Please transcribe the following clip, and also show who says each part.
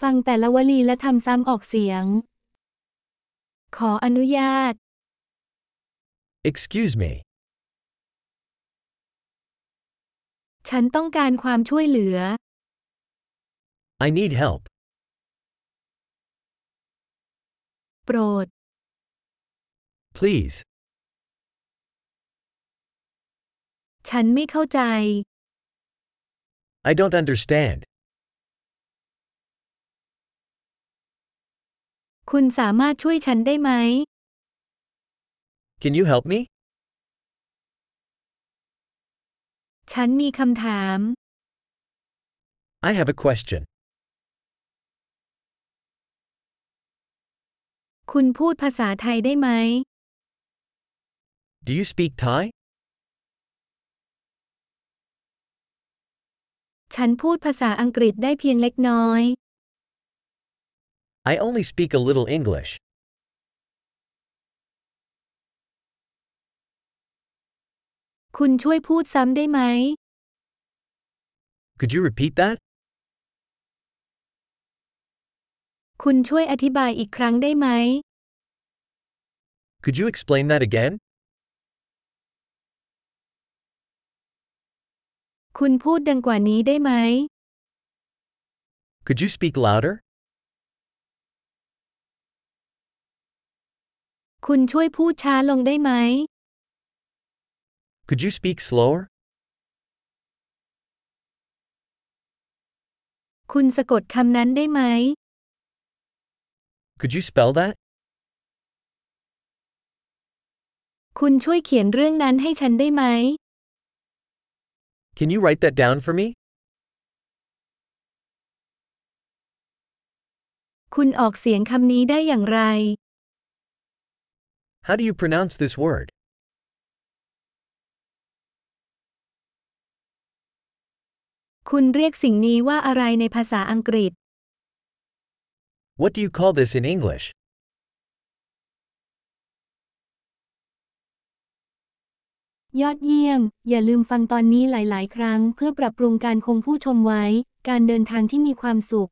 Speaker 1: ฟังแต่ละวลีและทำซ้ำออกเสียง ขออนุญาต
Speaker 2: Excuse me.
Speaker 1: ฉันต้องการความช่วยเหลือ
Speaker 2: I need help.
Speaker 1: โปรด
Speaker 2: Please.
Speaker 1: ฉันไม่เข้าใจ
Speaker 2: I don't understand.
Speaker 1: คุณสามารถช่วยฉันได้ไหม
Speaker 2: Can you help me?
Speaker 1: ฉันมีคำถาม
Speaker 2: I have a question.
Speaker 1: คุณพูดภาษาไทยได้ไหม
Speaker 2: Do you speak Thai?
Speaker 1: ฉันพูดภาษาอังกฤษได้เพียงเล็กน้อย
Speaker 2: I only speak a little English.
Speaker 1: คุณช่วยพูดซ้ำได้ไหม
Speaker 2: Could you repeat that?
Speaker 1: คุณช่วยอธิบายอีกครั้งได้ไหม
Speaker 2: Could you explain that again?
Speaker 1: คุณพูดดังกว่านี้ได้ไหม
Speaker 2: Could you speak louder?
Speaker 1: คุณช่วยพูดช้าลงได้ไหม
Speaker 2: Could you speak slower?
Speaker 1: คุณสะกดคำนั้นได้ไหม
Speaker 2: Could you spell that?
Speaker 1: คุณช่วยเขียนเรื่องนั้นให้ฉันได้ไหม
Speaker 2: Can you write that down for me?
Speaker 1: คุณออกเสียงคำนี้ได้อย่างไร
Speaker 2: How do you pronounce this word?
Speaker 1: คุณเรียกสิ่งนี้ว่าอะไรในภาษาอังกฤษ
Speaker 2: What do you call this in English?
Speaker 1: ยอดเยี่ยม อย่าลืมฟังตอนนี้หลาย ๆ ครั้ง เพื่อปรับปรุงการคงผู้ชมไว้ การเดินทางที่มีความสุข